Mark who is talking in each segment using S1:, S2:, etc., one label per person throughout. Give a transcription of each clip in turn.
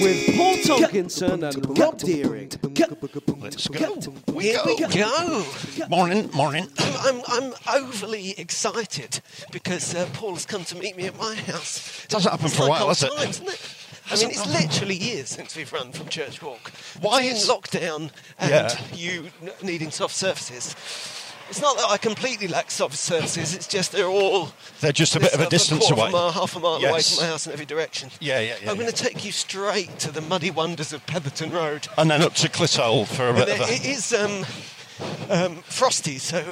S1: with Paul Tompkinson and Rob Deering. Let's
S2: go. Here we go.
S3: Morning, morning.
S2: oh, I'm, I'm overly excited because uh, Paul's come to meet me at my house.
S3: Doesn't happen
S2: It's
S3: for a
S2: like
S3: while,
S2: old
S3: does it?
S2: times, isn't it? I mean, it's literally years since we've run from Church Walk.
S3: Why
S2: Between
S3: is-
S2: lockdown and
S3: Yeah.
S2: you n- needing soft surfaces? It's not that I completely lack soft surfaces. It's just they're all
S3: They're just a bit of a distance
S2: quarter of
S3: away.
S2: a mile, half a mile away
S3: Yes.
S2: from my house in every direction.
S3: Yeah, yeah, yeah,
S2: I'm
S3: yeah.
S2: going to take you straight to the muddy wonders of Petherton Road.
S3: And then up to Clitole for a
S2: But
S3: bit of
S2: there- it
S3: a.
S2: is um, um, frosty, so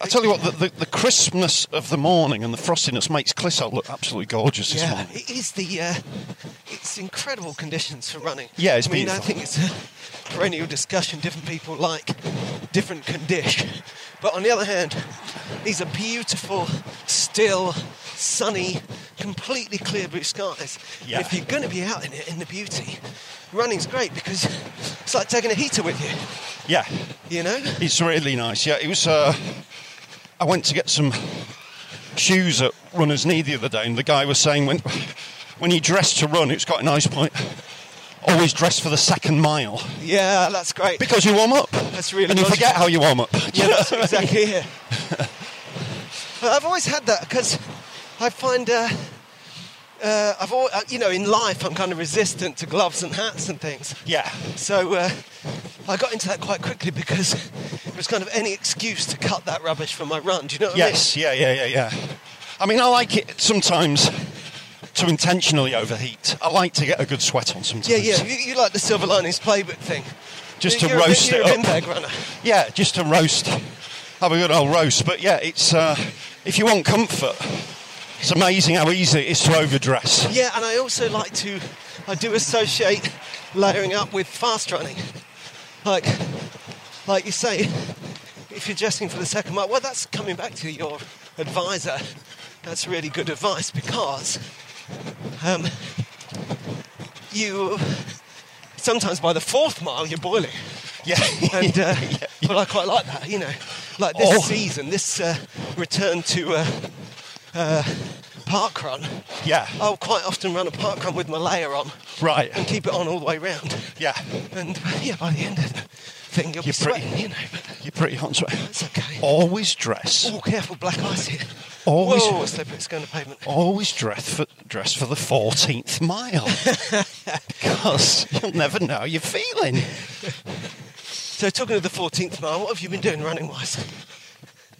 S3: I tell you what, the, the, the crispness of the morning and the frostiness makes Clitole look absolutely gorgeous this
S2: yeah,
S3: morning.
S2: it is the. Uh, it's incredible conditions for running.
S3: Yeah, it's
S2: I mean, I
S3: beautiful.
S2: think it's a perennial discussion. Different people like different condition, but on the other hand, these are beautiful, still, sunny, completely clear blue skies. And
S3: Yeah.
S2: if you're going to be out in it in the beauty, running's great because it's like taking a heater with you.
S3: Yeah,
S2: You know.
S3: it's really nice. Yeah, it was. Uh, I went to get some shoes at Runner's Knee the other day, and the guy was saying when, when you dress to run, it's quite a nice point. Always dress for the second mile
S2: Yeah, that's great.
S3: because you warm up.
S2: That's really
S3: And you
S2: logical.
S3: forget how you warm up.
S2: Yeah, that's exactly it. But I've always had that because I find, uh, uh, I've al- uh, you know, in life I'm kind of resistant to gloves and hats and things.
S3: Yeah.
S2: So uh, I got into that quite quickly because it was kind of any excuse to cut that rubbish from my run. Do you know what
S3: Yes, yeah, yeah, yeah, yeah. I mean, I like it sometimes to intentionally overheat. I like to get a good sweat on sometimes.
S2: I mean? Yeah, yeah. You, you like the Silver Linings Playbook thing.
S3: Just
S2: You're
S3: to
S2: a bit-
S3: roast
S2: you're
S3: it
S2: a
S3: up.
S2: bag runner.
S3: Yeah, just to roast, have a good old roast. But yeah, it's uh, if you want comfort, it's amazing how easy it is to overdress.
S2: Yeah, and I also like to, I do associate layering up with fast running. Like, like you say, if you're dressing for the second mile, well, that's coming back to your advisor. That's really good advice because um, you sometimes by the fourth mile you're boiling.
S3: Yeah,
S2: And uh,
S3: yeah.
S2: well, I quite like that, you know, like this
S3: Oh.
S2: season, this uh, return to uh, uh, park run.
S3: yeah,
S2: I'll quite often run a park run with my layer on and
S3: right,
S2: keep it on all the way round.
S3: yeah.
S2: And yeah, by the end of the thing, you'll be
S3: You're pretty-
S2: sweating, you know, but
S3: You're pretty hot and sweat.
S2: that's okay. Oh,
S3: Always dress.
S2: careful, black ice here.
S3: Always-
S2: Whoa, it's slippery, it's going to pavement.
S3: Always dress for dress for the fourteenth mile because you'll never know how you're feeling.
S2: So, talking of the 14th mile, what have you been doing running wise?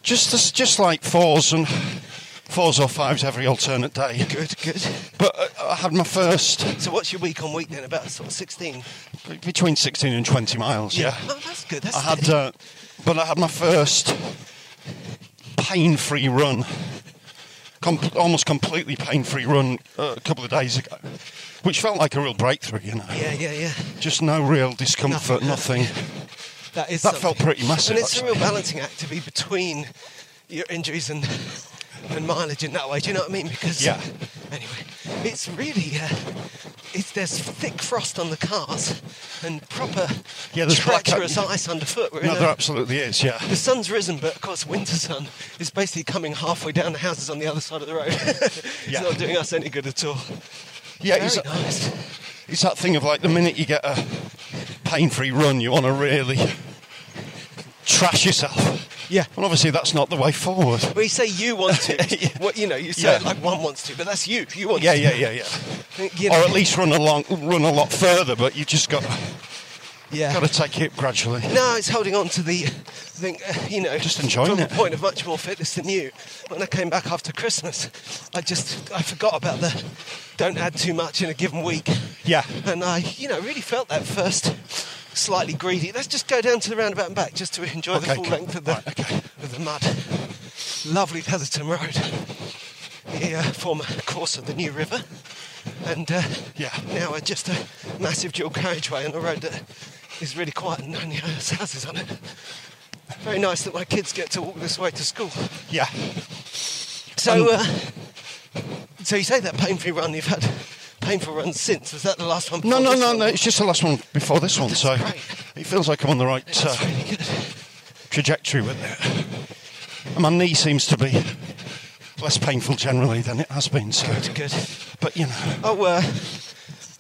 S3: Just as, just like fours and fours or fives every alternate day.
S2: Good, good.
S3: But uh, I had my first
S2: So, what's your week on week then? About sort of 16?
S3: b- between 16 and 20 miles. Yeah.
S2: Oh, that's good. That's
S3: I had,
S2: steady.
S3: uh, but I had my first pain-free run, com- almost completely pain-free run uh, a couple of days ago, which felt like a real breakthrough. You know,
S2: Yeah, yeah, yeah.
S3: just no real discomfort, nothing.
S2: That is.
S3: That felt
S2: something.
S3: pretty massive,
S2: And it's a
S3: actually.
S2: real balancing act to be between your injuries and and mileage in that way. Do you know what I mean? Because
S3: Yeah.
S2: Anyway, it's really uh, it's there's thick frost on the cars and proper
S3: Yeah, there's black-
S2: treacherous ice underfoot. We're
S3: No,
S2: in
S3: there
S2: a,
S3: absolutely is, yeah.
S2: the sun's risen, but of course, winter sun is basically coming halfway down the houses on the other side of the road. it's
S3: Yeah.
S2: not doing us any good at all.
S3: Yeah,
S2: Very
S3: it's,
S2: nice.
S3: it's that thing of like the minute you get a pain free run, you want to really trash yourself.
S2: Yeah.
S3: And obviously, that's not the way forward.
S2: Well, you say you want to. What you know, you say
S3: Yeah.
S2: it like one wants to, but that's you. You want
S3: Yeah,
S2: to.
S3: yeah, yeah, yeah.
S2: You
S3: Or
S2: know,
S3: at least run along, run a lot further, but you just got
S2: yeah.
S3: got to take it gradually.
S2: No, it's holding on to the, I think, uh, you know,
S3: Just enjoying
S2: from
S3: it.
S2: the point of much more fitness than you. When I came back after Christmas, I just, I forgot about the don't add too much in a given week.
S3: Yeah.
S2: And I, you know, really felt that first slightly greedy. Let's just go down to the roundabout and back just to enjoy the
S3: Okay,
S2: full
S3: okay.
S2: length of the,
S3: Right, okay.
S2: of the mud. Lovely Petherton Road. The uh, former course of the New River. And uh,
S3: Yeah.
S2: now uh, just a massive dual carriageway on a road that is really quiet and only has houses on it. Very nice that my kids get to walk this way to school.
S3: Yeah.
S2: So,
S3: Um,
S2: uh, so you say that pain-free run you've had painful runs since? Was that the last one?
S3: No,
S2: before
S3: no,
S2: this
S3: no,
S2: one?
S3: no. It's just the last one before this one, so
S2: great.
S3: it feels like I'm on the right uh,
S2: That's really good.
S3: trajectory with it. And my knee seems to be less painful generally than it has been. So,
S2: Good.
S3: but you know,
S2: Oh, uh,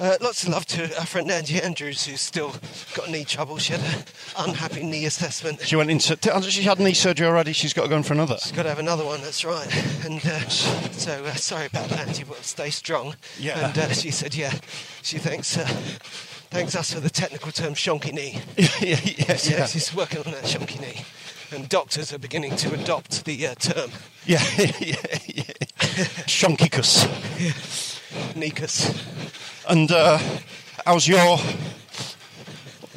S2: uh, lots of love to our friend Angie Andrews, who's still got knee trouble. She had an unhappy knee assessment.
S3: she went into. She had knee surgery already. She's got to go in for another.
S2: Got to have another one, that's right. And uh, so, uh, sorry about that, Angie, but stay strong.
S3: Yeah.
S2: And uh, she said, yeah, she thanks, uh, thanks us for the technical term shonky knee.
S3: yeah, yeah, yeah,
S2: So
S3: yeah.
S2: she's working on that shonky knee. And doctors are beginning to adopt the uh, term
S3: yeah, yeah, yeah. Shonkikus.
S2: NECUS.
S3: And uh, how's your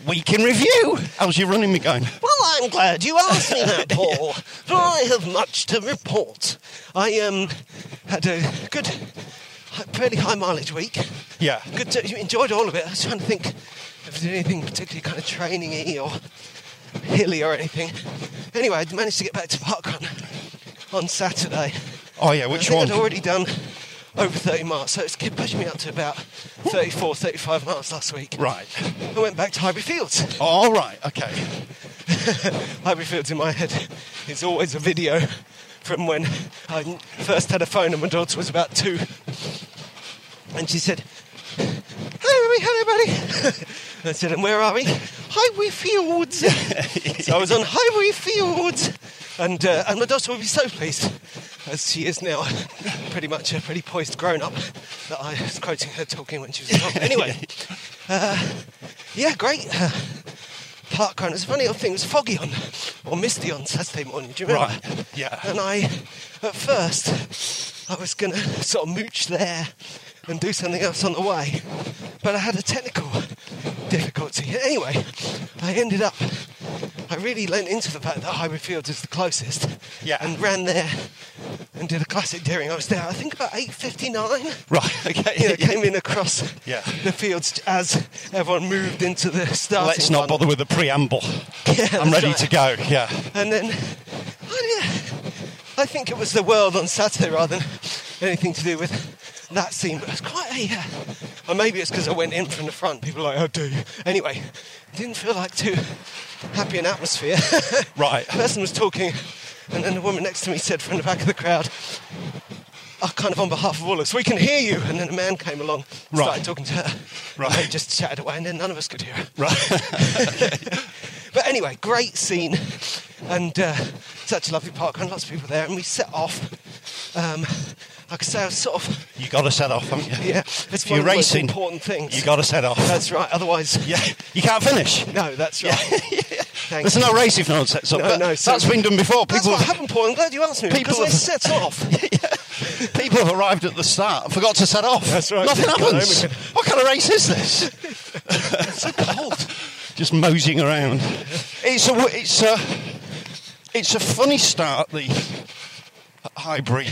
S3: week in review? How's your running me going?
S2: Well, I'm glad you asked me that, Paul. For I have much to report. I um, had a good, fairly high mileage week.
S3: Yeah.
S2: Good. To, you enjoyed all of it. I was trying to think if there anything particularly kind of training-y or hilly or anything. Anyway, I managed to get back to Parkrun on Saturday.
S3: Oh yeah, which
S2: I think
S3: one?
S2: I'd already done over 30 miles, so it's kept pushing me up to about 34, 35 miles last week.
S3: Right.
S2: I went back to Highbury Fields.
S3: All right. Okay.
S2: Highbury Fields in my head is always a video from when I first had a phone and my daughter was about two. And she said, Hello, Mummy, hello, buddy. I said, And where are we? Highbury Fields. so I was on Highbury Fields. And, uh, and my daughter will be so pleased, as she is now pretty much a pretty poised grown up, that I was quoting her talking when she was a child. Anyway, uh, yeah, great. Uh, park run. It's a funny old thing. It was foggy on or misty on Saturday morning. Do you remember?
S3: Right, yeah.
S2: And I, at first, I was gonna sort of mooch there and do something else on the way, but I had a technical difficulty. Anyway, I ended up. I really lent into the fact that Highbury Fields is the closest.
S3: Yeah.
S2: And ran there and did a classic daring. I was there. I think about eight fifty-nine
S3: Right. Okay.
S2: you know, came in across
S3: Yeah.
S2: the fields as everyone moved into the starting.
S3: Let's not
S2: line.
S3: bother with the preamble.
S2: Yeah,
S3: I'm
S2: that's
S3: ready
S2: right.
S3: to go. Yeah.
S2: And then, I, don't know, I think it was the world on Saturday rather than anything to do with that scene. But it was quite a, uh, or maybe it's because I went in from the front. People were like, how dare you? Anyway, didn't feel like too happy an atmosphere.
S3: Right.
S2: person was talking, and then the woman next to me said from the back of the crowd, uh, kind of on behalf of all of us, we can hear you. And then a man came along, started
S3: Right.
S2: talking to her.
S3: Right.
S2: And they just chatted away, and then none of us could hear her.
S3: Right.
S2: But anyway, great scene and uh, such a lovely park and lots of people there. And we set off. Um, like I say, I was sort of
S3: You got to set off, haven't you?
S2: yeah. It's
S3: If
S2: one
S3: you're
S2: of the most
S3: racing,
S2: important things.
S3: you got to set off.
S2: that's right. Otherwise,
S3: yeah. You can't finish.
S2: no, that's right. Thank
S3: There's
S2: you.
S3: no race if no one sets up.
S2: No,
S3: That-
S2: no, so-
S3: that's been done before.
S2: That's
S3: People,
S2: what happened, Paul. I'm glad you asked me
S3: People
S2: because they
S3: have-
S2: set off.
S3: people have arrived at the start and forgot to set off.
S2: That's right.
S3: Nothing
S2: Go home
S3: happens.
S2: again.
S3: What kind of race is this?
S2: it's so cold.
S3: Just moseying around. It's a w- it's a it's a funny start the Highbury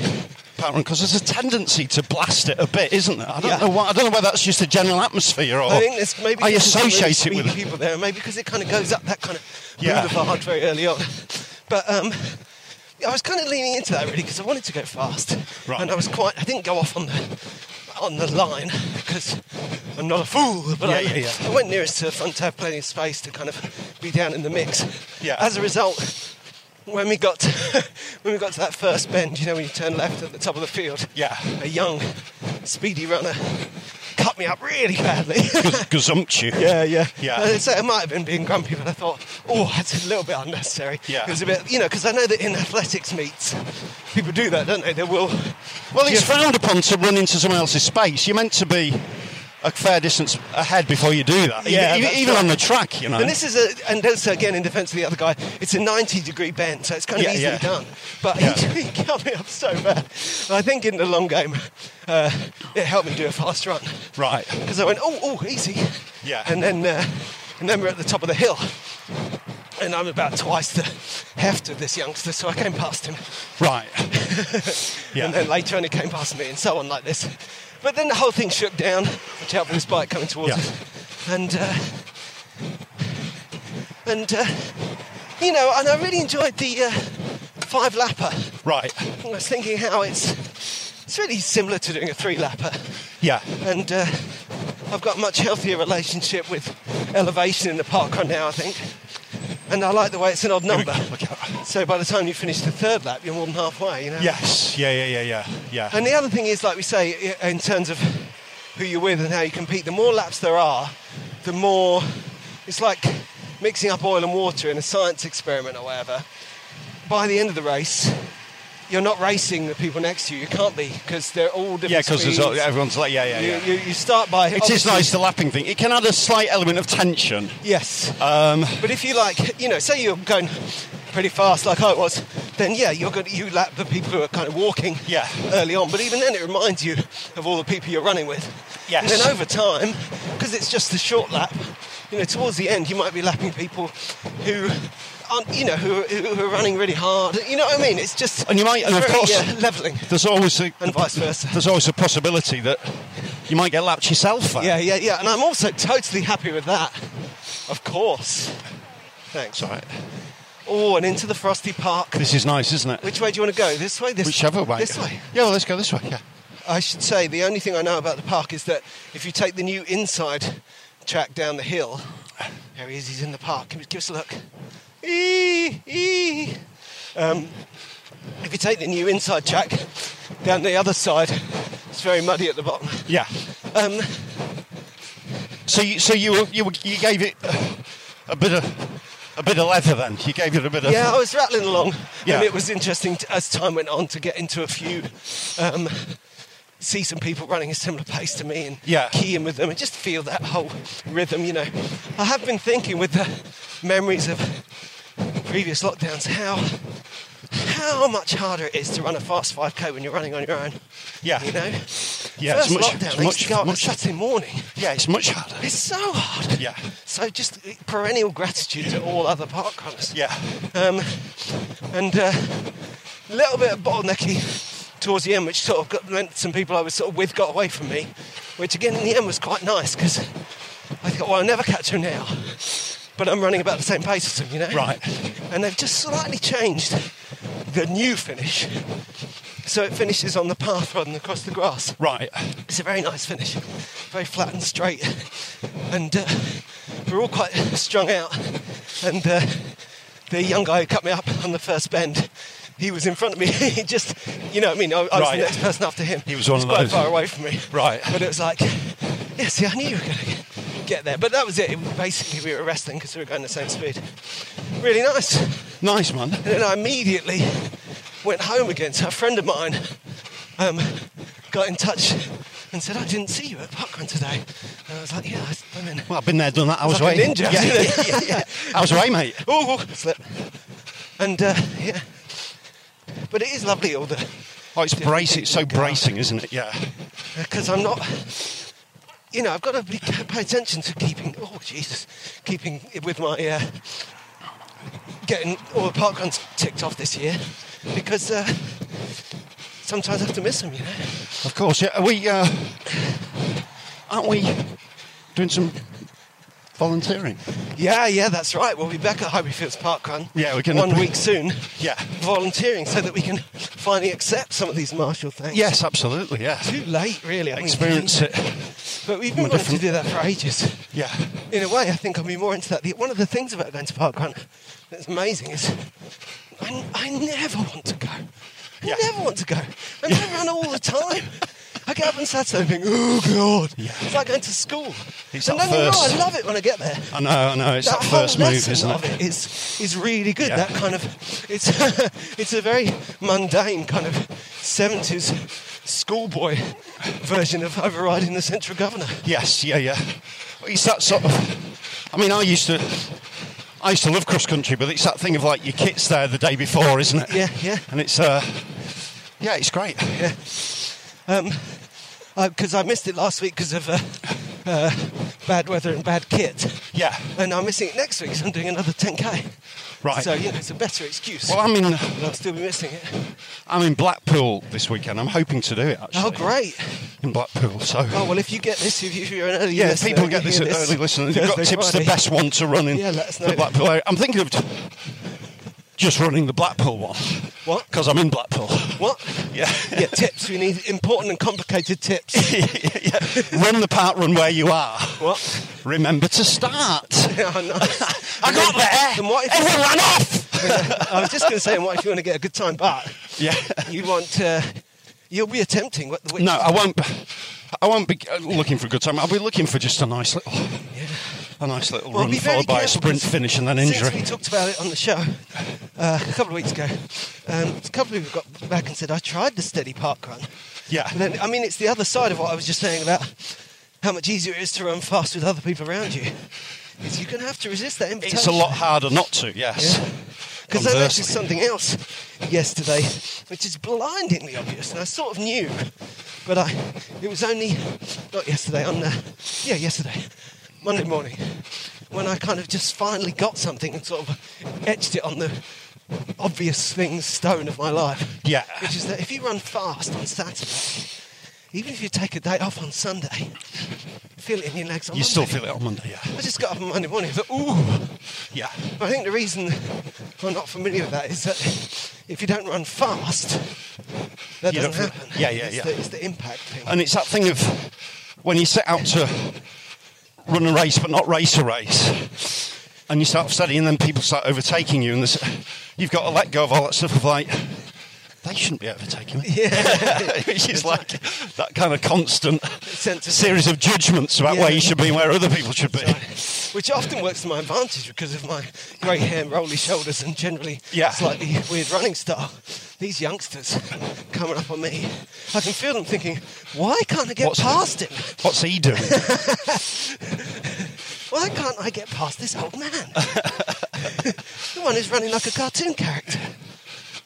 S3: pattern because there's a tendency to blast it a bit, isn't there? I don't
S2: Yeah.
S3: know why. I don't know whether that's just a general atmosphere or
S2: I think there's maybe
S3: Oh, I
S2: because there's really
S3: associate it
S2: speedy
S3: with
S2: people there, maybe because it kind of goes up that kind of
S3: Yeah.
S2: boulevard very early on. But um, I was kind of leaning into that really because I wanted to go fast,
S3: Right.
S2: and I was quite. I didn't go off on the on the line because I'm not a fool, but I,
S3: Yeah, yeah, yeah.
S2: I went nearest to the front to have plenty of space to kind of be down in the mix.
S3: Yeah.
S2: As a result, when we got to, when we got to that first bend, you know, when you turn left at the top of the field,
S3: Yeah.
S2: a young, speedy runner cut me up really badly.
S3: Gazumptu.
S2: Yeah, yeah,
S3: Yeah.
S2: Uh, so it might have been being grumpy, but I thought, oh, that's a little bit unnecessary.
S3: Yeah.
S2: it was a bit, you know, because I know that in athletics meets, people do that, don't they? They will.
S3: Well, it's
S2: Yeah.
S3: frowned upon to run into someone else's space. You're meant to be a fair distance ahead before you do that.
S2: Yeah,
S3: even,
S2: that's
S3: even
S2: right.
S3: on the track, you know.
S2: And this is a, and also again in defence of the other guy, it's a 90 degree bend, so it's kind of
S3: Yeah,
S2: easily
S3: yeah.
S2: done. But
S3: Yeah.
S2: he, he cut me up so bad. I think in the long game, uh, it helped me do a fast run.
S3: Right.
S2: Because I went, oh, oh, easy.
S3: Yeah.
S2: And then, uh, and then we're at the top of the hill, and I'm about twice the heft of this youngster, so I came past him.
S3: Right. yeah.
S2: And then later on, he came past me, and so on like this. But then the whole thing shook down, which helped with his bike coming
S3: Yeah.
S2: towards us. And, uh, and uh, you know, and I really enjoyed the uh, five lapper.
S3: right.
S2: I was thinking how it's, it's really similar to doing a three lapper.
S3: Yeah.
S2: And uh, I've got a much healthier relationship with elevation in the park run now, I think. And I like the way it's an odd
S3: Here we
S2: number.
S3: go, okay.
S2: So by the time you finish the third lap, you're more than halfway, you know?
S3: Yes. Yeah. Yeah. Yeah. Yeah. Yeah.
S2: And the other thing is, like we say, i- in terms of who you're with and how you compete, the more laps there are, the more it's like mixing up oil and water in a science experiment or whatever. By the end of the race, you're not racing the people next to you. You can't be because they're all different.
S3: yeah. Because
S2: speeds.
S3: everyone's like, yeah, yeah,
S2: you,
S3: yeah.
S2: you, you start by.
S3: it is nice the lapping thing. It can add a slight element of tension.
S2: Yes.
S3: Um,
S2: But if you like, you know, say you're going pretty fast like I was, then yeah, you're going to, you lap the people who are kind of walking
S3: Yeah.
S2: early on. But even then, it reminds you of all the people you're running with.
S3: Yes.
S2: And then over time, because it's just a short lap, you know, towards the end, you might be lapping people who aren't, you know, who, are- who are running really hard. You know what I mean? It's just.
S3: And you might- and
S2: it's
S3: of
S2: very,
S3: course-
S2: yeah, levelling.
S3: there's always a,
S2: And vice versa.
S3: There's always a possibility that you might get lapped yourself. at.
S2: Yeah, yeah, yeah. And I'm also totally happy with that. Of course. Thanks.
S3: It's all right.
S2: Oh, and into the frosty park.
S3: This is nice, isn't it?
S2: Which way do you want to go? This way? This
S3: Whichever way.
S2: This way.
S3: Yeah. Well, let's go this way. Yeah.
S2: I should say the only thing I know about the park is that if you take the new inside track down the hill, there he is. He's in the park. Give give us a look. Eee, eee. Um, if you take the new inside track down the other side, it's very muddy at the bottom.
S3: Yeah.
S2: Um,
S3: So you, so you were- you were- you gave it a bit of a bit of leather then. You gave it a bit of
S2: yeah, I was rattling along,
S3: Yeah.
S2: and it was interesting t as time went on to get into a few. Um, See some people running a similar pace to me and
S3: Yeah.
S2: key in with them and just feel that whole rhythm, you know. I have been thinking with the memories of previous lockdowns how how much harder it is to run a fast 5k when you're running on your own.
S3: Yeah.
S2: You know?
S3: Yeah,
S2: First
S3: it's much-
S2: lockdown,
S3: it's
S2: I used
S3: much-
S2: to go up
S3: much-
S2: at Saturday morning.
S3: yeah. It's much harder.
S2: It's so hard.
S3: Yeah.
S2: So just perennial gratitude to all other park runners
S3: Yeah,
S2: um, and uh, a little bit of bottlenecky towards the end, which sort of got, meant some people I was sort of with got away from me, which again in the end was quite nice because I thought, well, I'll never catch them now, but I'm running about the same pace as them, you know.
S3: Right.
S2: And they've just slightly changed the new finish, so it finishes on the path rather than across the grass.
S3: right.
S2: It's a very nice finish, very flat and straight, and uh, we're all quite strung out. And uh, the young guy who cut me up on the first bend, he was in front of me. he just, you know, what I mean, I, I was
S3: Right.
S2: the next person after him.
S3: He was one of
S2: quite
S3: those.
S2: far away from me.
S3: Right.
S2: But it was like, yeah, see, I knew you were going to get there. But that was it. it basically, we were resting because we were going the same speed. Really nice.
S3: Nice man.
S2: And then I immediately went home again. So a friend of mine um, got in touch and said, I didn't see you at Parkrun today. And I was like, yeah, I- I'm in.
S3: Well, I've been there, done that. I was
S2: like a
S3: away.
S2: ninja,
S3: Yeah,
S2: isn't it?
S3: yeah, yeah, yeah. I was away, mate.
S2: Oh, slip. And uh, yeah. But it is lovely, all the,
S3: Oh, it's bracing. It's so bracing, isn't it? Yeah.
S2: because I'm not, you know, I've got to be, pay attention to keeping, oh Jesus, keeping it with my, uh, getting all the park runs ticked off this year because uh, sometimes I have to miss them, you know.
S3: Of course. Yeah. Are we? Uh, aren't we doing some volunteering?
S2: Yeah, yeah, that's right. We'll be back at Highburyfields Park Run.
S3: Yeah, we can-
S2: one week soon.
S3: Yeah.
S2: volunteering so that we can finally accept some of these martial things.
S3: Yes, absolutely. Yeah.
S2: too late, really. I mean,
S3: Experience it.
S2: But we've
S3: from
S2: been
S3: a
S2: wanting
S3: different-
S2: to do that for ages.
S3: Yeah.
S2: In a way, I think I'll be more into that. The, one of the things about going to Park Run that's amazing is I, I never want to go. I
S3: Yeah.
S2: never want to go. And I run all the time. I get up on Saturday and think, oh, God. It's like going to school.
S3: It's
S2: and
S3: that
S2: then you know,
S3: first-
S2: I love it when I get there
S3: I know, I know. It's that,
S2: that
S3: first
S2: whole
S3: move,
S2: lesson
S3: isn't
S2: of
S3: it?
S2: it is is really good.
S3: Yeah.
S2: That kind of it's it's a very mundane kind of seventies schoolboy version of overriding the central governor.
S3: Yes, yeah, yeah. It's that sort of. I mean, I used to. I used to love cross country, but it's that thing of like your kit's there the day before, isn't it?
S2: Yeah, yeah.
S3: And it's uh, yeah, it's great. Yeah,
S2: Um, because I missed it last week because of uh, uh, bad weather and bad kit,
S3: yeah.
S2: and I'm missing it next week 'cause I'm doing another 10k.
S3: Right.
S2: So you know it's a better excuse.
S3: well, I'm in.
S2: but I'll still be missing it.
S3: I'm in Blackpool this weekend. I'm hoping to do it actually.
S2: Oh great!
S3: In Blackpool, so.
S2: Oh well, if you get this, if you- if you're an early
S3: yeah,
S2: listener,
S3: people
S2: you
S3: get this
S2: hear
S3: at early listen. They've got
S2: Thursday,
S3: tips the
S2: Friday.
S3: best one to run in
S2: Yeah, let us
S3: the
S2: know.
S3: Blackpool area. I'm thinking of t- just running the Blackpool one.
S2: What?
S3: Because I'm in Blackpool.
S2: What?
S3: Yeah.
S2: yeah, tips. We need important and complicated tips.
S3: yeah. Run the part run where you are.
S2: what?
S3: Remember to start.
S2: Yeah, I know.
S3: I got there.
S2: And Oh, what if-
S3: Everyone ran off.
S2: I was just going to say, what if you want to get a good time back?
S3: Yeah.
S2: You want, uh, you'll be attempting what the witch.
S3: No, I won't. I won't be uh, looking for a good time. I'll be looking for just a nice little, a nice little
S2: Well,
S3: run
S2: be very
S3: followed by a
S2: careful,
S3: sprint
S2: 'cause
S3: finish and then
S2: Since we
S3: injury.
S2: talked about it on the show uh, a couple of weeks ago, um, a couple of people got back and said, I tried the steady park run.
S3: Yeah.
S2: But then, I mean, it's the other side of what I was just saying about how much easier it is to run fast with other people around you. Is you're going to have to resist that invitation.
S3: It's a lot harder not to. Yes.
S2: Because I
S3: Conversely.
S2: noticed something else yesterday, which is blindingly obvious, and I sort of knew, but I it was only not yesterday on uh, yeah yesterday, Monday morning, when I kind of just finally got something and sort of etched it on the obvious things stone of my life.
S3: Yeah.
S2: which is that if you run fast on Saturday, even if you take a day off on Sunday, feel it in your legs. On
S3: You
S2: Monday.
S3: still feel it on Monday. Yeah.
S2: I just got up on Monday morning and thought, ooh.
S3: Yeah.
S2: But I think the reason I'm not familiar with that is that if you don't run fast, that
S3: You
S2: doesn't
S3: don't feel-
S2: happen.
S3: yeah, yeah,
S2: it's
S3: yeah.
S2: The, it's the impact thing.
S3: And it's that thing of when you set out to run a race but not race a race, and you start studying, then people start overtaking you, and there's- you've got to let go of all that stuff of like, they shouldn't be overtaking me. Yeah. Which is like that kind of constant
S2: Sense of-
S3: series of judgments about where
S2: Yeah.
S3: you should be and where other people should be.
S2: Which often works to my advantage because of my grey hair, rolly shoulders, and generally
S3: Yeah.
S2: slightly weird running style. These youngsters coming up on me, I can feel them thinking, why can't I get
S3: What's-
S2: past him?
S3: What's he doing?
S2: Why can't I get past this old man? the one who's running like a cartoon character.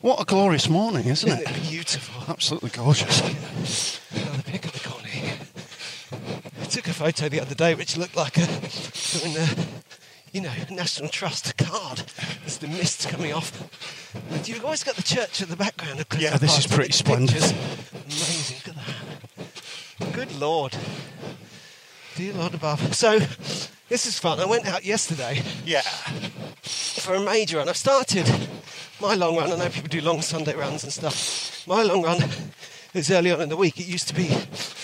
S3: what a glorious morning, isn't
S2: Isn't
S3: it?
S2: it beautiful?
S3: Absolutely gorgeous.
S2: Another pick of the Connie. I took a photo the other day which looked like a, doing a you know, National Trust card. There's the mist coming off. And You've always got the church in the background. Of course,
S3: Yeah, this
S2: apart
S3: is
S2: from
S3: pretty splendid.
S2: the pictures. Amazing, look at that. Good Lord. Dear Lord above. So, this is fun. I went out yesterday
S3: Yeah.
S2: for a major run. I've started my long run. I know people do long Sunday runs and stuff. My long run is early on in the week. It used to be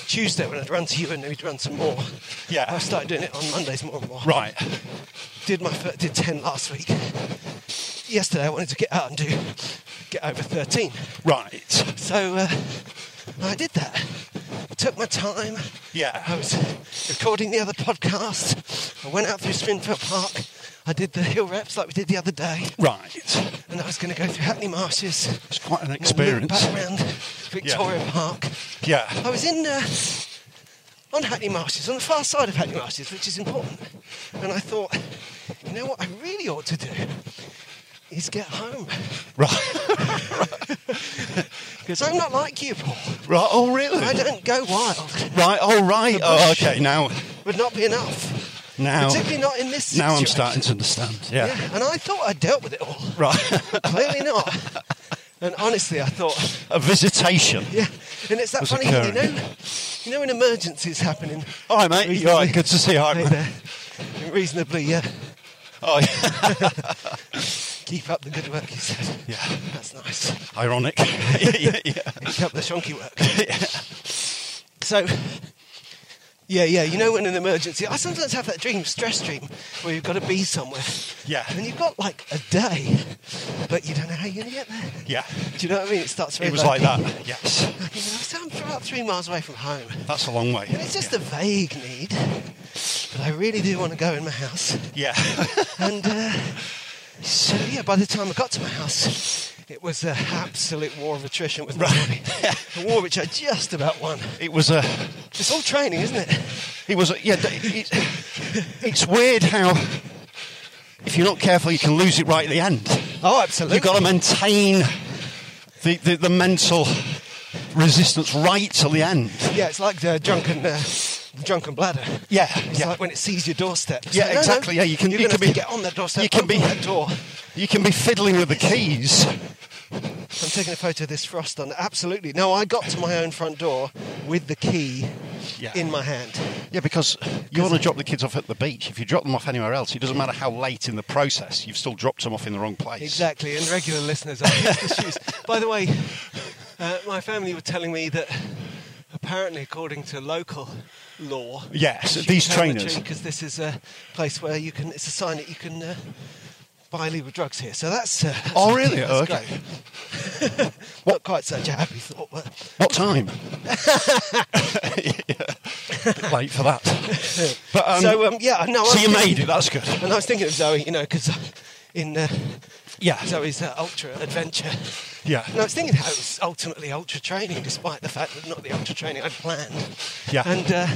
S2: Tuesday when I'd run to you and then we'd run some more.
S3: Yeah.
S2: I started doing it on Mondays more and more.
S3: Right.
S2: Did my fir- did ten last week. Yesterday I wanted to get out and do get over thirteen.
S3: Right.
S2: So uh, I did that. Took my time.
S3: Yeah.
S2: I was recording the other podcast. I went out through Springfield Park. I did the hill reps like we did the other day
S3: Right.
S2: and I was going to go through Hackney Marshes.
S3: It's quite an
S2: and then loop
S3: experience.
S2: Back around Victoria Park.
S3: Yeah.
S2: I was in uh, on Hackney Marshes, on the far side of Hackney Marshes, which is important. And I thought, you know what, I really ought to do is get home
S3: Right.
S2: because I'm not like you, Paul.
S3: Right. Oh, really?
S2: I don't go wild.
S3: Right. Oh, right.
S2: The
S3: Oh,
S2: bush.
S3: okay. Now,
S2: Would not be enough,
S3: now,
S2: particularly not in this.
S3: now I'm
S2: situation.
S3: starting to understand. Yeah.
S2: Yeah, and I thought I dealt with it all.
S3: Right.
S2: Clearly not. And honestly, I thought
S3: A visitation.
S2: Yeah, and it's that
S3: Was
S2: funny thing, you
S3: occurring.
S2: know, you know when emergencies happening.
S3: All right, mate. You're right. Good to see you. All right,
S2: Hey
S3: mate.
S2: there. Reasonably, yeah.
S3: Oh, yeah.
S2: Keep up the good work, he said.
S3: yeah.
S2: That's nice.
S3: Ironic. yeah, yeah.
S2: Keep up the shonky work. So, yeah, yeah, you know, when an emergency, I sometimes have that dream, stress dream, where you've got to be somewhere.
S3: Yeah.
S2: And you've got like a day, but you don't know how you're going to get there.
S3: yeah.
S2: Do you know what I mean? It starts very
S3: It was like that.
S2: low.
S3: Yes.
S2: You know, "Oh, so I'm about three miles away from home.
S3: That's a long way.
S2: And it's just a vague need, but I really do want to go in my house.
S3: Yeah.
S2: And uh, so, yeah, by the time I got to my house, it was an absolute war of attrition with Rory. a war which I just about won.
S3: it was a.
S2: It's all training, isn't it?
S3: It was a, yeah. d- It, it's weird how if you're not careful, you can lose it right at the end.
S2: Oh, absolutely.
S3: You've got to maintain the, the, the mental resistance right till the end.
S2: Yeah, it's like the drunken, uh, the drunken bladder.
S3: Yeah,
S2: It's
S3: yeah.
S2: like when it sees your doorstep. It's
S3: Yeah,
S2: like, no, no,
S3: exactly. Yeah, you can-
S2: You're
S3: you
S2: gonna
S3: can be-
S2: get on that doorstep.
S3: you can
S2: open
S3: be-
S2: that door.
S3: You can be fiddling with the keys.
S2: I'm taking a photo of this frost on. Absolutely. No, I got to my own front door with the key
S3: Yeah.
S2: in my hand.
S3: Yeah, because you want to drop the kids off at the beach. If you drop them off anywhere else, it doesn't matter how late in the process, you've still dropped them off in the wrong place.
S2: Exactly, and regular listeners are used to shoes. By the way, uh, my family were telling me that apparently, according to local law,
S3: Yes, these trainers.
S2: because this is a place where you can, it's a sign that you can uh, buy illegal drugs here. So that's. Uh, that's
S3: Oh, really?
S2: that's
S3: Oh, okay.
S2: great. Not quite such a happy thought, but
S3: What time? Yeah. Bit late for that. But, um,
S2: so um, yeah, no. I
S3: so
S2: was
S3: you
S2: thinking-
S3: made it, that's good.
S2: And I was thinking of Zoe, you know, because in uh,
S3: Yeah.
S2: Zoe's uh, ultra adventure.
S3: Yeah.
S2: And I was thinking how it was ultimately ultra training, despite the fact that not the ultra training I'd planned.
S3: Yeah.
S2: And uh,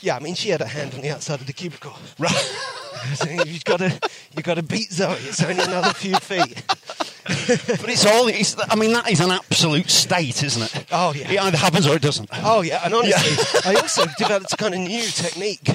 S2: yeah, I mean, she had her hand on the outside of the cubicle.
S3: Right.
S2: I was thinking, you've got to, you've got to beat Zoe. It's only another few feet.
S3: But it's all, it's, I mean, that is an absolute state, isn't it?
S2: Oh, yeah.
S3: It either happens or it doesn't.
S2: Oh yeah, and honestly, I also developed a kind of new technique.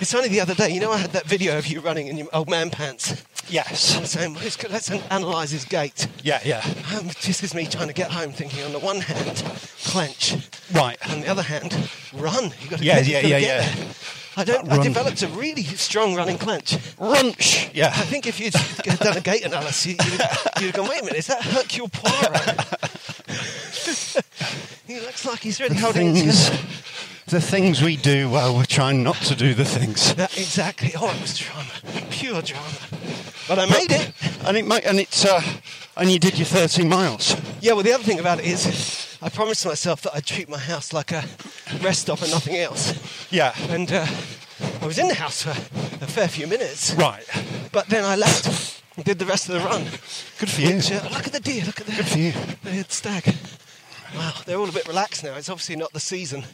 S2: It's only the other day, you know, I had that video of you running in your old man pants.
S3: Yes.
S2: I'm saying, well, let's go- let's analyse his gait.
S3: Yeah, yeah.
S2: Um, this is me trying to get home, thinking on the one hand, clench,
S3: Right.
S2: on the other hand, run. You got to
S3: Yeah,
S2: get,
S3: yeah,
S2: you gotta
S3: yeah,
S2: get
S3: yeah.
S2: there. I don't.
S3: That
S2: I
S3: run.
S2: developed a really strong running clench.
S3: Runch. Yeah.
S2: I think if you'd done a gait analysis, you'd, you'd have gone, wait a minute, is that Hercule Poirot? he looks like he's really
S3: the
S2: holding it
S3: things,
S2: together.
S3: the things we do while we're trying not to do the things.
S2: That, exactly. Oh, it was drama, pure drama. But I made it.
S3: And it might, and it's, uh, and you did your 13 miles.
S2: Yeah, well, the other thing about it is, I promised myself that I'd treat my house like a rest stop and nothing else.
S3: Yeah.
S2: And uh, I was in the house for a fair few minutes,
S3: Right.
S2: but then I left and did the rest of the run.
S3: Good for you.
S2: Which, uh, look at the deer, look at the,
S3: Good for you.
S2: the stag. Wow, they're all a bit relaxed now. It's obviously not the season.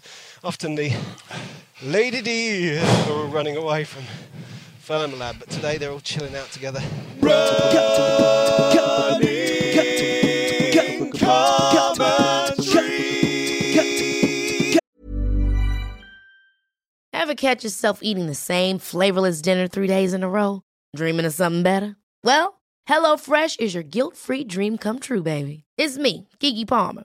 S2: Often the lady deer are all running away from fellow lad, but today they're all chilling out together.
S4: Ever catch yourself eating the same flavorless dinner three days in a row? Dreaming of something better? Well, HelloFresh is your guilt free dream come true, baby. It's me, Gigi Palmer.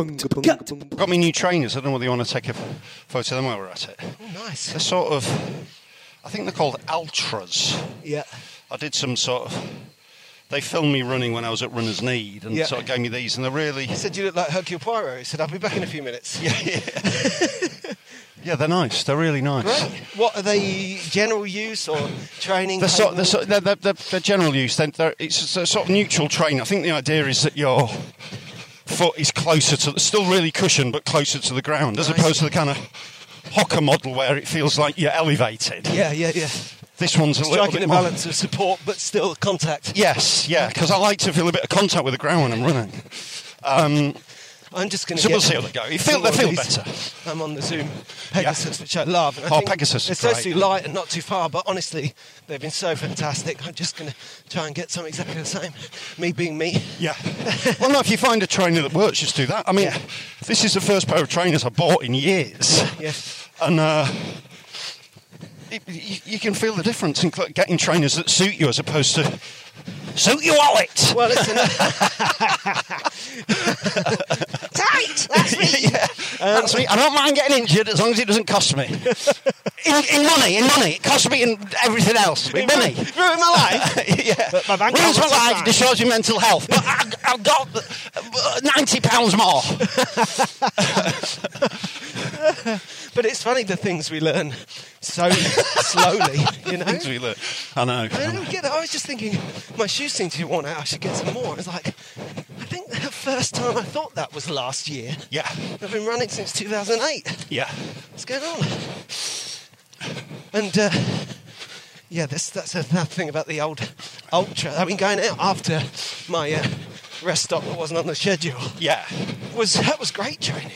S3: uh, Got me new trainers. I don't know whether you want to take a photo of them while we're at it.
S2: Oh, nice.
S3: They're sort of, I think they're called Altras.
S2: Yeah.
S3: I did some sort of. They filmed me running when I was at Runner's Need and
S2: Yeah.
S3: sort of gave me these, and they're really.
S2: He said you look like Hercule Poirot. He said I'll be back in a few minutes.
S3: Yeah, yeah. yeah, they're nice. They're really nice.
S2: Great. What are they? General use or training?
S3: They're, sort,
S2: cable?
S3: they're, sort, they're, they're, they're, they're general use. They're, they're, it's a sort of neutral train. I think the idea is that your foot is closer to, still really cushioned, but closer to the ground, as
S2: Right.
S3: opposed to the kind of hocker model where it feels like you're elevated.
S2: yeah, yeah, yeah.
S3: This one's a little
S2: Striking
S3: bit
S2: a
S3: more-
S2: balance of support, but still contact.
S3: Yes, yeah, because I like to feel a bit of contact with the ground when I'm running. Um,
S2: I'm just going to.
S3: So we'll see how they go. You feel- they feel better.
S2: I'm on the Zoom Pegasus, which I love. and I
S3: Oh,
S2: think
S3: Pegasus are
S2: They're supposed to be
S3: great.
S2: light and not too far, but honestly, they've been so fantastic. I'm just going to try and get something exactly the same. Me being me.
S3: yeah. well, no, if you find a trainer that works, just do that. I mean,
S2: Yeah.
S3: this is the first pair of trainers I bought in years.
S2: Yeah.
S3: And uh, it, you, you can feel the difference in cl- getting trainers that suit you as opposed to suit your wallet.
S2: Well, uh, it's an,
S3: Right, that's me. yeah, that's me. I don't mind getting injured as long as it doesn't cost me. in, in money, in money. It costs me in everything else. In money.
S2: ruined my life.
S3: yeah.
S2: my bank
S3: Ruins my
S2: balance is
S3: life,
S2: fine.
S3: destroys my mental health. But I, I've got uh, £90 more.
S2: But it's funny the things we learn so slowly, you know.
S3: Things we learn. I know.
S2: I don't get it. I was just thinking, my shoes seem to be worn out. I should get some more. I was like, I think the first time I thought that was last year.
S3: Yeah,
S2: I've been running since 2008.
S3: yeah.
S2: What's going on? And uh, yeah, this, that's another thing about the old ultra. I mean, going out after my uh, rest stop that wasn't on the schedule
S3: Yeah,
S2: was that was great training.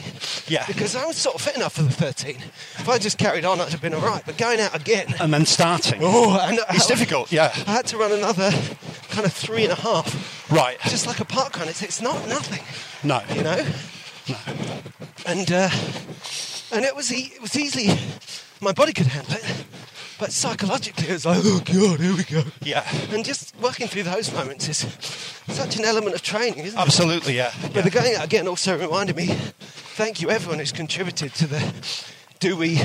S3: yeah.
S2: Because I was sort of fit enough for the 13. If I just carried on, I'd have been all right. But going out again,
S3: and then starting.
S2: oh, and
S3: It's difficult, yeah.
S2: I had to run another kind of three and a half,
S3: Right.
S2: just like a park run. It's, it's not nothing,
S3: no.
S2: you know.
S3: No.
S2: And uh, and it was e- it was easily, my body could handle it, but psychologically it was like, oh god, here we go.
S3: Yeah.
S2: And just working through those moments is such an element of training, isn't it?
S3: Absolutely, yeah.
S2: But the going out again also reminded me, thank you everyone who's contributed to the do we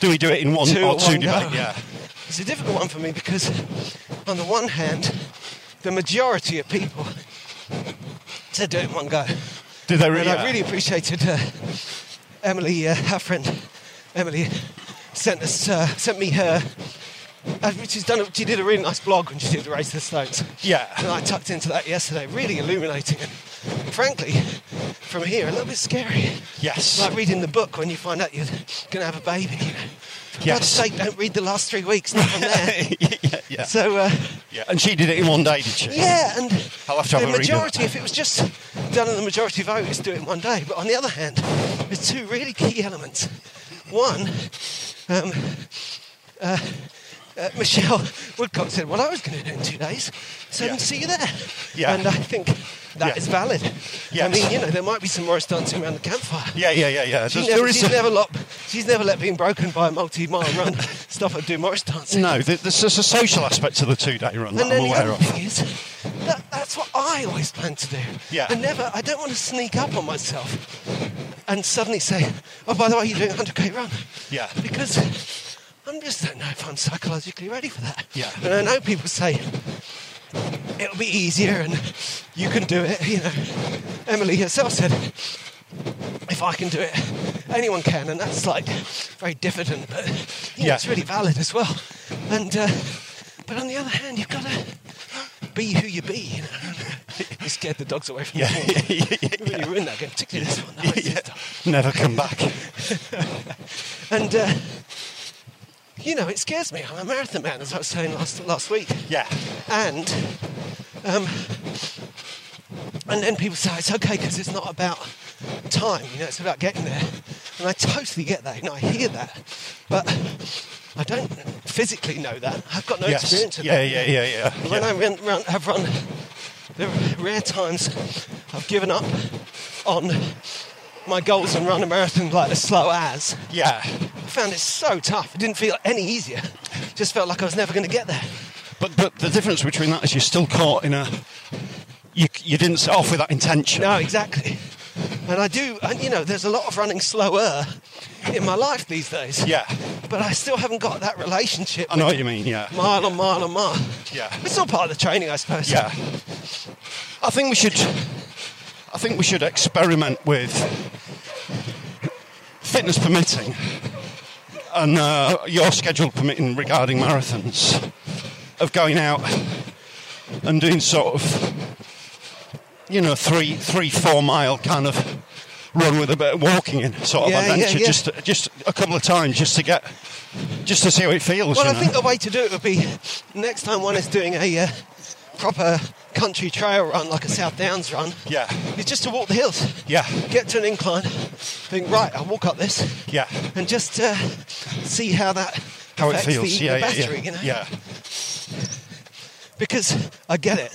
S3: Do we do it in one
S2: Two
S3: or
S2: at
S3: two
S2: one
S3: debate?
S2: go.
S3: Yeah.
S2: It's a difficult one for me because, on the one hand, the majority of people said do it in one go.
S3: Did they Oh, really?
S2: And I really appreciated uh, Emily, uh, our friend Emily, sent us uh, sent me her. uh, She's done. A, she did a really nice blog when she did the Race of the Stones. And
S3: Yeah.
S2: I tucked into that yesterday. Really illuminating, and frankly, from here a little bit scary.
S3: Yes.
S2: Like reading the book when you find out you're going to have a baby. For
S3: Yes.
S2: God's sake, don't read the last three weeks. Not from there.
S3: yeah, yeah,
S2: So, uh,
S3: yeah. And she did it in one day, did she?
S2: yeah, and
S3: I'll have to have a
S2: the
S3: read of
S2: majority,
S3: that.
S2: if it was just done in the majority vote, it's do it in one day. But on the other hand, there's two really key elements. One, um, uh, uh, Michelle Woodcock said, Well, I was going to do it in two days, so I didn't see you there.
S3: Yeah.
S2: And I think that
S3: Yeah.
S2: is valid. I
S3: Yes.
S2: mean, you know, there might be some Morris dancing around the campfire.
S3: Yeah, yeah, yeah, yeah. There's-
S2: She never,
S3: there is
S2: she's,
S3: a-
S2: never lot, she's never let being broken by a multi-mile run stop her do Morris dancing.
S3: No, th- there's just a social aspect to the two-day run that
S2: And then
S3: I'm
S2: the
S3: aware
S2: other
S3: of.
S2: thing is, that, that's what I always plan to do.
S3: Yeah.
S2: I never, I don't want to sneak up on myself and suddenly say, oh, by the way, you're doing a 100k run.
S3: Yeah.
S2: Because I just don't know if I'm psychologically ready for that.
S3: Yeah.
S2: And I know people say, it'll be easier and you can do it. You know, Emily herself said, if I can do it, anyone can. And that's like very diffident, but yeah,
S3: Yeah.
S2: it's really valid as well. And, uh, but on the other hand, you've got to be who you be. You, know? you scared the dogs away from
S3: Yeah,
S2: you.
S3: yeah, yeah,
S2: You really ruined that game, particularly this one. That was
S3: yeah.
S2: just-
S3: Never come back.
S2: And, uh, you know, it scares me. I'm a marathon man, as I was saying last, last week.
S3: Yeah.
S2: and um, and then people say it's okay because it's not about time, you know, it's about getting there. And I totally get that, and I hear that, but I don't physically know that. I've got no
S3: yes.
S2: experience of
S3: yeah,
S2: that.
S3: yeah, yeah, yeah, yeah.
S2: When I run, run, have run the rare times I've given up on my goals and run a marathon like as slow as,
S3: yeah.
S2: I found it so tough. It didn't feel any easier. Just felt like I was never going to get there.
S3: But but the difference between that is you're still caught in a. You, you didn't set off with that intention.
S2: No, exactly. And I do, and you know, there's a lot of running slower in my life these days.
S3: Yeah.
S2: But I still haven't got that relationship.
S3: I know
S2: with
S3: what you mean, yeah.
S2: Mile on mile on mile.
S3: Yeah.
S2: It's all part of the training, I suppose.
S3: Yeah. I think we should. I think we should experiment with fitness permitting and uh, your schedule permitting regarding marathons of going out and doing sort of you know three three four mile kind of run with a bit of walking in sort of
S2: Yeah, yeah,
S3: adventure
S2: yeah.
S3: just just a couple of times just to get just to see how it feels.
S2: Well,
S3: you
S2: I
S3: know?
S2: think the way to do it would be next time one is doing a uh, proper country trail run, like a South Downs run,
S3: yeah,
S2: is just to walk the hills.
S3: yeah,
S2: Get to an incline, think, right, I'll walk up this,
S3: yeah.
S2: and just uh, see how that
S3: How it
S2: affects the-
S3: feels.
S2: the
S3: Yeah, yeah,
S2: battery,
S3: yeah,
S2: you know?
S3: yeah.
S2: Because I get it.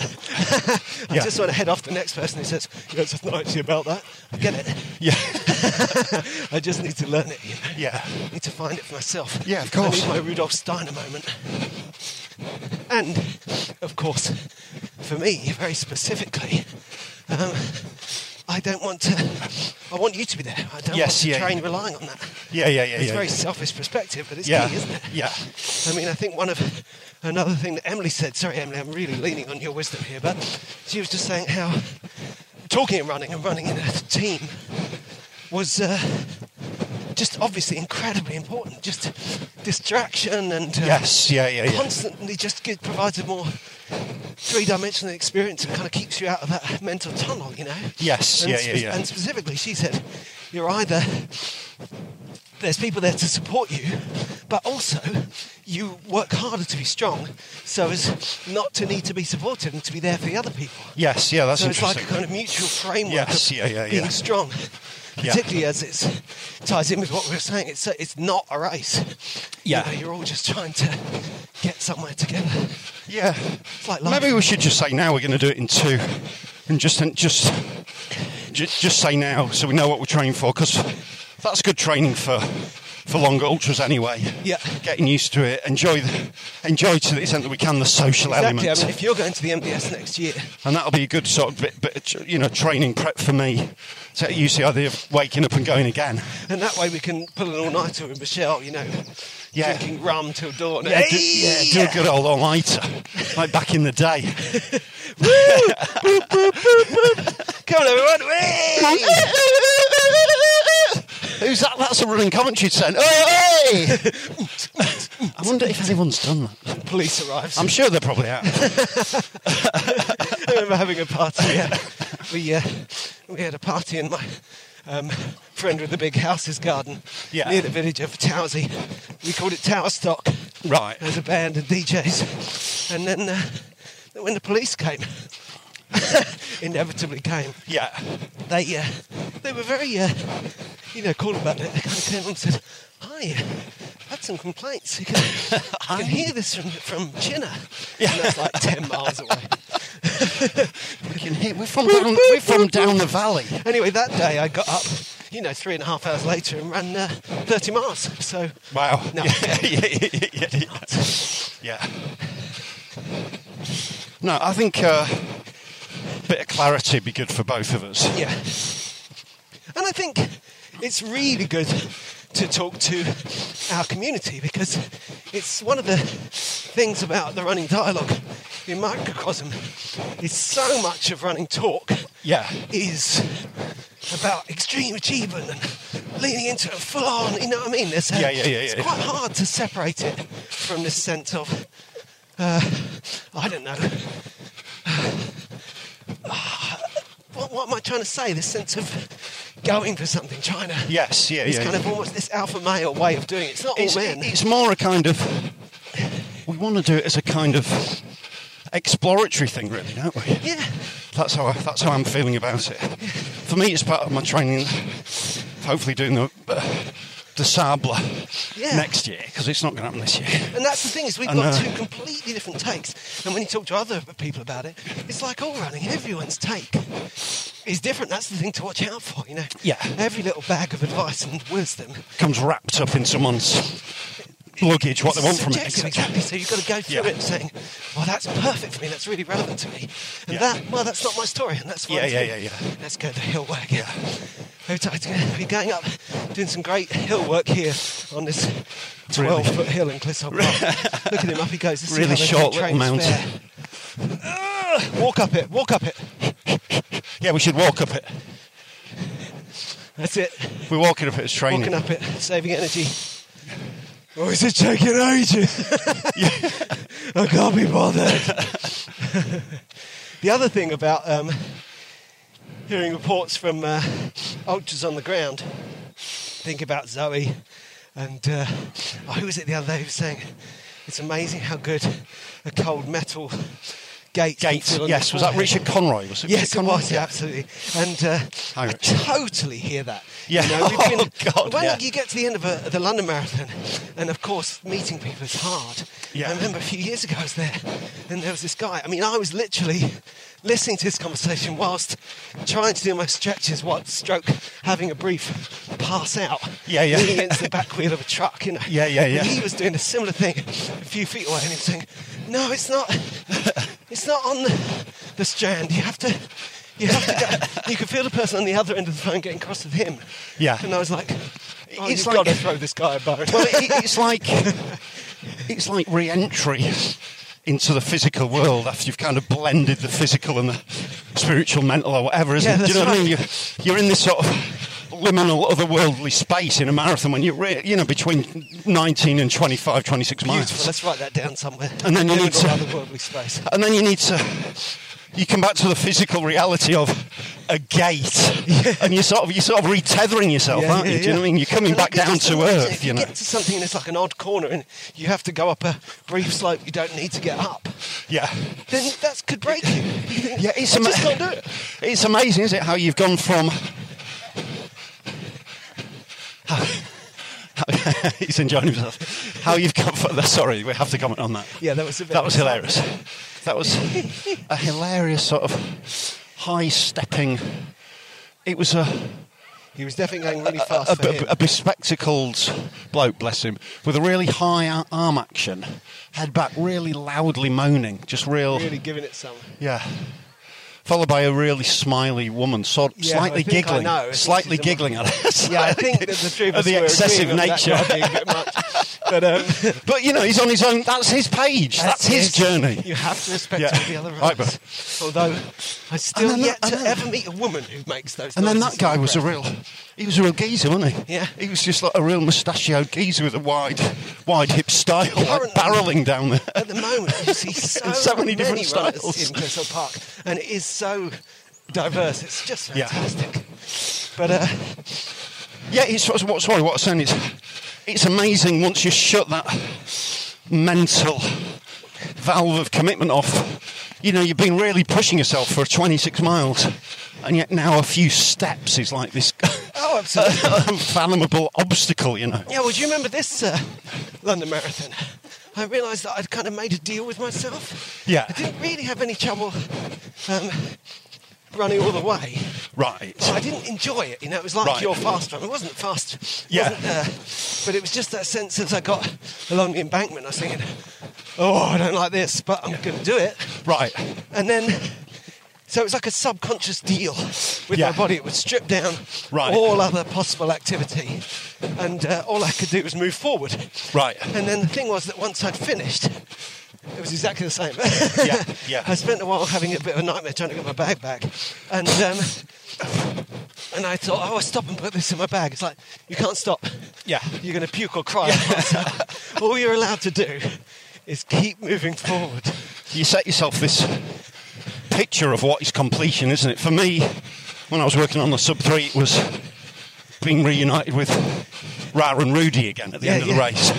S2: I
S3: Yeah.
S2: just want to head off the next person who says, you know, it's not actually about that. I get it.
S3: Yeah.
S2: I just need to learn it, you know?
S3: Yeah.
S2: I need to find it for myself.
S3: Yeah, of
S2: I
S3: course.
S2: need my Rudolf Steiner moment. And, of course, for me, very specifically, um, I don't want to. I want you to be there. I don't
S3: Yes,
S2: want to
S3: yeah.
S2: train relying on that.
S3: Yeah, yeah, yeah.
S2: It's
S3: yeah.
S2: a very selfish perspective, but it's
S3: yeah.
S2: key, isn't it?
S3: Yeah.
S2: I mean, I think one of another thing that Emily said. Sorry, Emily, I'm really leaning on your wisdom here, but she was just saying how talking and running and running in a team was uh, just obviously incredibly important. Just distraction and uh,
S3: Yes, yeah, yeah, yeah.
S2: constantly just give, provides a more three-dimensional experience and kind of keeps you out of that mental tunnel, you know.
S3: Yes,
S2: and
S3: yeah, yeah, yeah.
S2: And specifically, she said, you're either there's people there to support you, but also you work harder to be strong, so as not to need to be supported and to be there for the other people.
S3: Yes, yeah, that's
S2: so it's like a
S3: interesting.
S2: kind of mutual framework
S3: Yes,
S2: of
S3: yeah, yeah,
S2: being
S3: yeah.
S2: strong.
S3: Yeah.
S2: Particularly as it ties in with what we were saying, it's it's not a race. You
S3: Yeah.
S2: know, you're all just trying to get somewhere together.
S3: yeah.
S2: It's like life.
S3: Maybe we should just say now we're going to do it in two, and just and just just, just say now so we know what we're training for because that's good training for for longer ultras anyway.
S2: Yeah.
S3: Getting used to it, enjoy the, enjoy to the extent that we can the social
S2: exactly. I
S3: element,
S2: mean, if you're going to the MDS next year,
S3: and that'll be a good sort of bit, bit of, you know training prep for me. So you see the idea of waking up and going again.
S2: and that way we can pull an all-nighter with Michelle. You know,
S3: Yeah.
S2: drinking rum till dawn.
S3: Yeah, do, yeah, do a good old all nighter, like back in the day.
S2: Come on, everyone. Whee!
S3: Who's that? That's a running commentary saying, hey! I wonder if anyone's done that.
S2: Police arrives.
S3: I'm sure they probably have.
S2: I remember having a party. Yeah. We uh, we had a party in my um, friend with the big house's garden
S3: Yeah.
S2: near the village of Towsey. We called it Towerstock.
S3: Right.
S2: There's a band and DJs, and then uh, then when the police came, inevitably came.
S3: Yeah.
S2: They uh, they were very uh, you know cool about it. They kind of came on and said, "Hi." I've Had some complaints. You can, you can hear this from from Chinna. Yeah. And that's like ten miles away.
S3: We can hear, we're, from down, we're from down the valley.
S2: Anyway, that day I got up, you know, three and a half hours later and ran uh, 30 miles. So,
S3: Wow.
S2: No.
S3: Yeah, yeah, yeah, yeah, yeah. No, I think uh, a bit of clarity would be good for both of us.
S2: yeah. And I think it's really good to talk to our community because it's one of the things about the running dialogue in microcosm is so much of running talk
S3: Yeah.
S2: is about extreme achievement and leaning into it full on. You know what I mean? There's a-
S3: Yeah, yeah, yeah,
S2: It's
S3: yeah.
S2: quite hard to separate it from this sense of, uh, I don't know. What, what am I trying to say? This sense of going for something, trying to.
S3: Yes, yeah,
S2: It's
S3: yeah.
S2: kind
S3: yeah.
S2: of almost this alpha male way of doing it. It's not all
S3: it's,
S2: men.
S3: it's more a kind of. We want to do it as a kind of exploratory thing, really, don't we?
S2: yeah,
S3: That's how I, that's how I'm feeling about it. For me, it's part of my training. Hopefully, doing the uh, the Sable
S2: Yeah.
S3: next year because it's not going to happen this year.
S2: and that's the thing is we've
S3: I
S2: got
S3: know.
S2: two completely different takes. And when you talk to other people about it, it's like all running. Everyone's take is different. That's the thing to watch out for, you know.
S3: Yeah.
S2: Every little bag of advice and wisdom.
S3: Comes wrapped up in someone's luggage, what they
S2: is
S3: want from it.
S2: subjective, Exactly. So you've got to go through
S3: Yeah.
S2: it saying, "Well, that's perfect for me. That's really relevant to me." And
S3: Yeah.
S2: that, well, that's not my story, and that's why.
S3: Yeah,
S2: it's
S3: yeah,
S2: me.
S3: yeah, yeah.
S2: Let's go the hill wagon.
S3: Yeah.
S2: Every time I've been going up, doing some great hill work here on this 12 foot hill in Clissold Park. Look at him, up he goes. This is
S3: Really
S2: how they
S3: short
S2: train
S3: little mountain.
S2: spare. Ugh, walk up it, walk up it.
S3: Yeah, we should walk up it.
S2: That's it.
S3: We're walking up it as training.
S2: Walking up it, saving energy. Oh, is it taking ages? I can't be bothered. the other thing about um, hearing reports from uh, ultras on the ground, think about Zoe, and uh, oh, who was it the other day who was saying, it's amazing how good a cold metal gate. can
S3: Gates,
S2: feel on
S3: yes.
S2: your
S3: Was that
S2: forehead."
S3: Richard Conroy? Was it
S2: Yes, it
S3: Richard
S2: was, yeah, absolutely. And uh,
S3: Hi,
S2: I
S3: Richard.
S2: totally hear that.
S3: Yeah.
S2: You know, we've
S3: Oh,
S2: been-
S3: God,
S2: When
S3: yeah.
S2: you get to the end of a, the London Marathon, and of course, meeting people is hard.
S3: Yeah.
S2: I remember a few years ago I was there, and there was this guy. I mean, I was literally listening to this conversation whilst trying to do my stretches, while stroke having a brief pass out.
S3: Yeah, yeah.
S2: leaning against the back wheel of a truck, you know.
S3: Yeah, yeah, yeah.
S2: And he was doing a similar thing a few feet away, and he was saying, "No, it's not. It's not on the, the strand. You have to." You have to go. You can feel the person on the other end of the phone getting cross with him.
S3: Yeah.
S2: And I was like, oh,
S3: It's
S2: you've
S3: like-
S2: got to throw this guy a bone.
S3: Well, it, it's like it's like re-entry into the physical world after you've kind of blended the physical and the spiritual, mental, or whatever. Isn't
S2: Yeah,
S3: it? Do you know what
S2: that's
S3: I mean?
S2: right.
S3: You're, you're in this sort of liminal, otherworldly space in a marathon when you're, re- you know, between 19 and 25, 26
S2: Beautiful.
S3: miles.
S2: Let's write that down somewhere.
S3: And then you need to-
S2: otherworldly space.
S3: and then you need to you come back to the physical reality of a gate and you sort of you're sort of retethering yourself aren't you do you know what i mean you're coming
S2: And I
S3: back
S2: can
S3: down
S2: just
S3: to
S2: imagine
S3: earth
S2: if
S3: you know
S2: get to something and it's like an odd corner and you have to go up a brief slope you don't need to get up.
S3: yeah
S2: Then that could break you. You think,
S3: yeah it's,
S2: I just
S3: ama-
S2: can't do it.
S3: it's amazing isn't it how you've gone from he's enjoying himself how you've gone from sorry we have to comment on that
S2: Yeah, that was a bit
S3: that was
S2: of a-
S3: hilarious that was a hilarious sort of high stepping it was a
S2: He was definitely going really
S3: a,
S2: fast.
S3: a-
S2: for
S3: a-
S2: him.
S3: a bespectacled bloke, bless him, with a really high ar- arm action, head back, really loudly moaning, just real,
S2: really giving it some.
S3: yeah. Followed by a really smiley woman, sort
S2: Yeah,
S3: slightly
S2: I think I
S3: giggling,
S2: know. I think
S3: slightly
S2: she's a-
S3: giggling at us.
S2: Yeah, I think that the three of
S3: Of
S2: us
S3: the
S2: were
S3: excessive
S2: agreeing on that
S3: nature.
S2: guy being a bit much. But um,
S3: But you know, he's on his own. That's his page. That's, his journey.
S2: You have to respect
S3: Yeah.
S2: all the other
S3: Right,
S2: runners. Although I still
S3: then
S2: yet
S3: that-
S2: to
S3: and then-
S2: ever meet a woman who makes those.
S3: And then that
S2: noises
S3: guy
S2: in
S3: was a
S2: breath.
S3: real, he was a real geezer, wasn't he?
S2: Yeah.
S3: He was just like a real mustachioed geezer with a wide, wide hip style, like
S2: Apparently-
S3: barreling down there.
S2: At the moment, you see so,
S3: So many different
S2: many runners
S3: styles.
S2: in Crystal Park, and it is so diverse. It's just
S3: Yeah.
S2: fantastic. But uh,
S3: Yeah, it's what's what, sorry, what I'm saying is, it's amazing once you shut that mental valve of commitment off. You know, you've been really pushing yourself for 26 miles, and yet now a few steps is like this
S2: oh, absolutely.
S3: unfathomable obstacle. You know.
S2: Yeah, well, do you remember this uh, London Marathon? I realised that I'd kind of made a deal with myself.
S3: Yeah.
S2: I didn't really have any trouble um, running all the way. But Oh, I
S3: Right.
S2: didn't enjoy it. You know, it was like
S3: Right.
S2: your fast run. It wasn't fast. It
S3: Yeah.
S2: Wasn't, uh, but it was just that sense as I got along the embankment, I was thinking, oh, I don't like this, but I'm going to do it.
S3: Right.
S2: And then, so it was like a subconscious deal with
S3: Yeah.
S2: my body. It would strip down
S3: Right.
S2: all other possible activity, and uh, all I could do was move forward.
S3: Right.
S2: And then the thing was that once I'd finished, it was exactly the same.
S3: Yeah, yeah.
S2: I spent a while having a bit of a nightmare trying to get my bag back, and um, and I thought, oh, I'll stop and put this in my bag. It's like you can't stop.
S3: Yeah.
S2: You're going to puke or cry. all you're allowed to do is keep moving forward.
S3: you set yourself this picture of what is completion, isn't it? For me, when I was working on the sub three, it was being reunited with Rara and Rudy again at the
S2: Yeah,
S3: end of the
S2: yeah.
S3: race.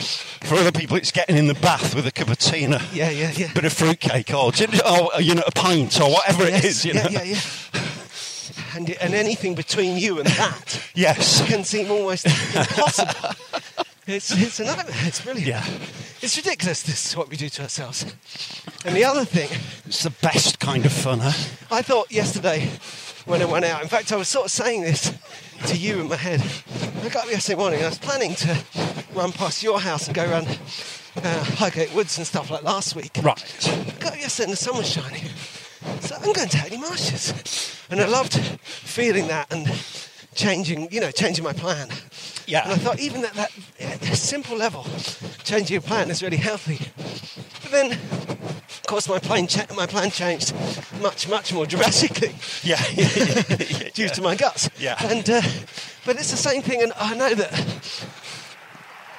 S3: For other people, it's getting in the bath with a cup of tea and a
S2: Yeah, yeah, yeah.
S3: bit of fruitcake or, do you know- or, you know, a pint or whatever it is. You
S2: yeah,
S3: know?
S2: yeah, yeah. And, and anything between you and that
S3: Yes.
S2: can seem almost impossible. It's, it's a nightmare. It's brilliant.
S3: Yeah.
S2: It's ridiculous, this is what we do to ourselves. And the other thing,
S3: It's the best kind of fun, huh?
S2: I thought yesterday when I went out, in fact, I was sort of saying this to you in my head. I got up yesterday morning and I was planning to run past your house and go around uh, Highgate Woods and stuff like last week.
S3: Right.
S2: I got up yesterday and the sun was shining. So I'm going to Hackney Marshes. And I loved feeling that and changing, you know, changing my plan.
S3: Yeah.
S2: And I thought even at that at a simple level, changing your plan is really healthy. But then, of course, my plan cha- my plan changed much much more drastically.
S3: Yeah.
S2: due to my guts.
S3: Yeah.
S2: And uh, but it's the same thing, and I know that